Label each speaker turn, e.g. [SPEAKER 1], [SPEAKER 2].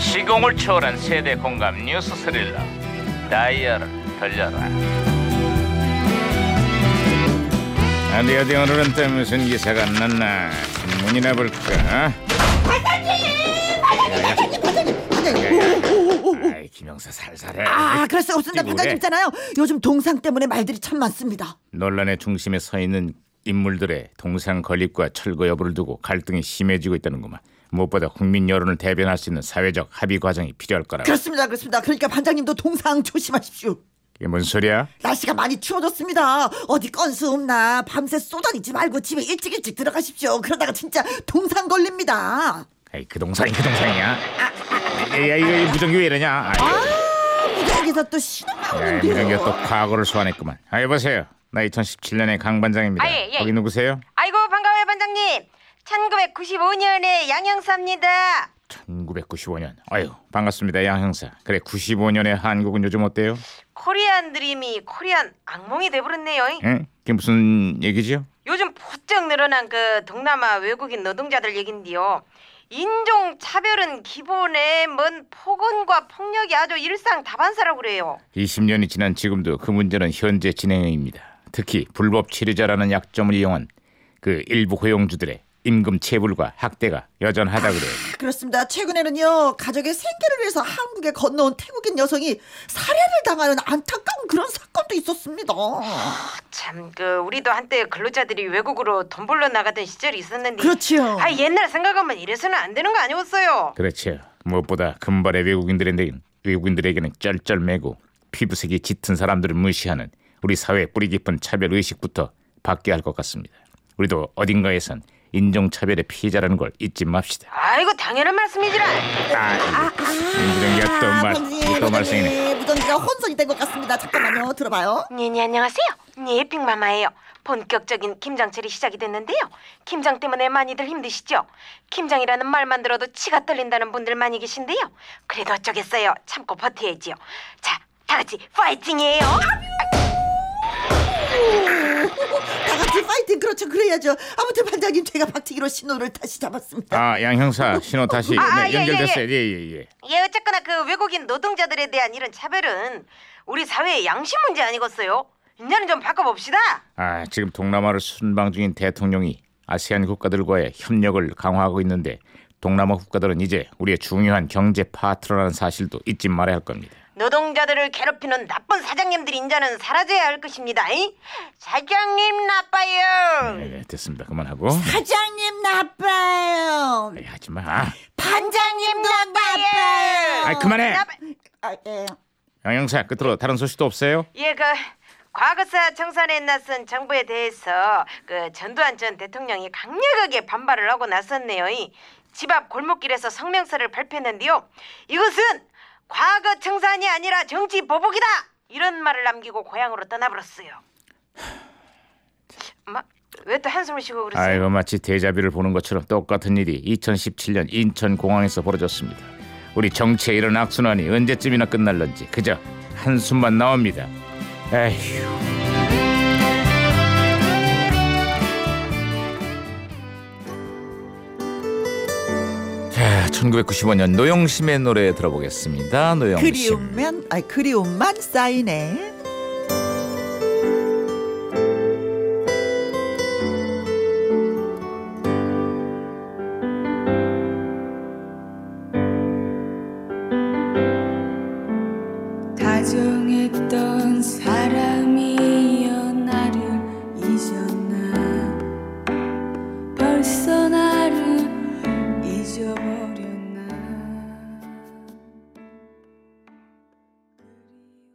[SPEAKER 1] 진공을 초월한 세대 공감 뉴스 스릴러 다이얼을 돌려라
[SPEAKER 2] 어디 어디 오늘은 또 무슨 기사가 났나 신문이나 볼까? 반장님! 아이 김영사 살살해
[SPEAKER 3] 아, 그럴 수 없습니다.
[SPEAKER 2] 뛰고
[SPEAKER 3] 부장님
[SPEAKER 2] 그래.
[SPEAKER 3] 있잖아요. 요즘 동상 때문에 말들이 참 많습니다.
[SPEAKER 2] 논란의 중심에 서 있는 인물들의 동상 건립과 철거 여부를 두고 갈등이 심해지고 있다는구만 무엇보다 국민 여론을 대변할 수 있는 사회적 합의 과정이 필요할 거라고
[SPEAKER 3] 그렇습니다. 그렇습니다. 그러니까 반장님도 동상 조심하십시오.
[SPEAKER 2] 이게 뭔 소리야?
[SPEAKER 3] 날씨가 많이 추워졌습니다. 어디 건수 없나 밤새 쏘다니지 말고 집에 일찍 일찍 들어가십시오. 그러다가 진짜 동상 걸립니다.
[SPEAKER 2] 아이 그 동상이 그 동상이야 야 이거 이거 무전기 왜 이러냐 아이,
[SPEAKER 3] 무작에서 또 네, 신호가
[SPEAKER 2] 야, 무전기가
[SPEAKER 3] 오는데요.
[SPEAKER 2] 또 과거를 소환했구만 아 여보세요 나 2017년의 강반장입니다
[SPEAKER 4] 아, 예, 예.
[SPEAKER 2] 거기 누구세요?
[SPEAKER 4] 아이고 반가워요 반장님. 1995년에 양형사입니다.
[SPEAKER 2] 1995년. 아유 반갑습니다, 양 형사. 그래 95년의 한국은 요즘 어때요?
[SPEAKER 4] 코리안 드림이 코리안 악몽이 돼버렸네요.
[SPEAKER 2] 응? 그게 무슨 얘기죠?
[SPEAKER 4] 요즘 부쩍 늘어난 그 동남아 외국인 노동자들 얘긴데요. 인종 차별은 기본에 먼 폭언과 폭력이 아주 일상 다반사라고 그래요.
[SPEAKER 2] 20년이 지난 지금도 그 문제는 현재 진행형입니다. 특히 불법 치료자라는 약점을 이용한 그 일부 허용주들의 임금 체불과 학대가 여전하다 그래요.
[SPEAKER 3] 아, 그렇습니다. 최근에는요 가족의 생계를 위해서 한국에 건너온 태국인 여성이 살해를 당하는 안타까운 그런 사건도 있었습니다.
[SPEAKER 4] 참 그 우리도 한때 근로자들이 외국으로 돈 벌러 나가던 시절이 있었는데
[SPEAKER 3] 그렇지요.
[SPEAKER 4] 아 옛날 생각하면 이래서는 안 되는 거 아니었어요.
[SPEAKER 2] 그렇죠. 무엇보다 금발의 외국인들에게는 외국인들에게는 쩔쩔매고 피부색이 짙은 사람들을 무시하는 우리 사회의 뿌리 깊은 차별 의식부터 바뀌어야 할 것 같습니다. 우리도 어딘가에선 인종 차별의 피해자라는 걸 잊지 맙시다.
[SPEAKER 4] 아이고 당연한 말씀이지라.
[SPEAKER 2] 아, 인종이야
[SPEAKER 3] 아,
[SPEAKER 2] 또말
[SPEAKER 3] 부장님,
[SPEAKER 2] 또 말썽이네.
[SPEAKER 3] 부장님, 부장님과 혼선이 된 것 같습니다. 잠깐만요, 들어봐요.
[SPEAKER 4] 네, 네 안녕하세요. 네 빅마마예요. 본격적인 김장철이 시작이 됐는데요. 김장 때문에 많이들 힘드시죠? 김장이라는 말만 들어도 치가 떨린다는 분들 많이 계신데요. 그래도 어쩌겠어요. 참고 버텨야지요. 자, 다 같이 파이팅이에요.
[SPEAKER 3] 다 같이 파이팅 그렇죠 그래야죠. 아무튼 반장님 제가 박치기로 신호를 다시 잡았습니다.
[SPEAKER 2] 아, 양 형사 신호 다시
[SPEAKER 4] 아,
[SPEAKER 2] 네,
[SPEAKER 4] 예,
[SPEAKER 2] 연결됐어요. 예, 예, 예.
[SPEAKER 4] 예, 어쨌거나 그 외국인 노동자들에 대한 이런 차별은 우리 사회의 양심 문제 아니겠어요? 이제는 좀 바꿔봅시다.
[SPEAKER 2] 아, 지금 동남아를 순방 중인 대통령이 아세안 국가들과의 협력을 강화하고 있는데 동남아 국가들은 이제 우리의 중요한 경제 파트너라는 사실도 잊지 말아야 할 겁니다.
[SPEAKER 4] 노동자들을 괴롭히는 나쁜 사장님들이 이제는 사라져야 할 것입니다. 잉? 사장님 나빠요.
[SPEAKER 2] 네, 됐습니다. 그만하고.
[SPEAKER 3] 반장님 나빠요.
[SPEAKER 2] 네, 하지 마. 아,
[SPEAKER 3] 반장님도
[SPEAKER 2] 아이, 그만해.
[SPEAKER 3] 음, 아, 예.
[SPEAKER 2] 양 형사 끝으로 다른 소식도 없어요?
[SPEAKER 4] 예, 그 과거사 청산에 나선 정부에 대해서 그 전두환 전 대통령이 강력하게 반발을 하고 나섰네요. 집 앞 골목길에서 성명서를 발표했는데요. 이것은 과거 청산이 아니라 정치 보복이다. 이런 말을 남기고 고향으로 떠나버렸어요. 뭐, 왜 또 한숨을 쉬고 그러세요?
[SPEAKER 2] 아이고 마치 데자뷰를 보는 것처럼 똑같은 일이 2017년 인천 공항에서 벌어졌습니다. 우리 정치의 이런 악순환이 언제쯤이나 끝날런지 그저 한숨만 나옵니다. 에휴. 자, 1995년 노영심의 노래 들어보겠습니다. 노영심.
[SPEAKER 3] 그리움면 아 그리움만 쌓이네.
[SPEAKER 5] 다정했던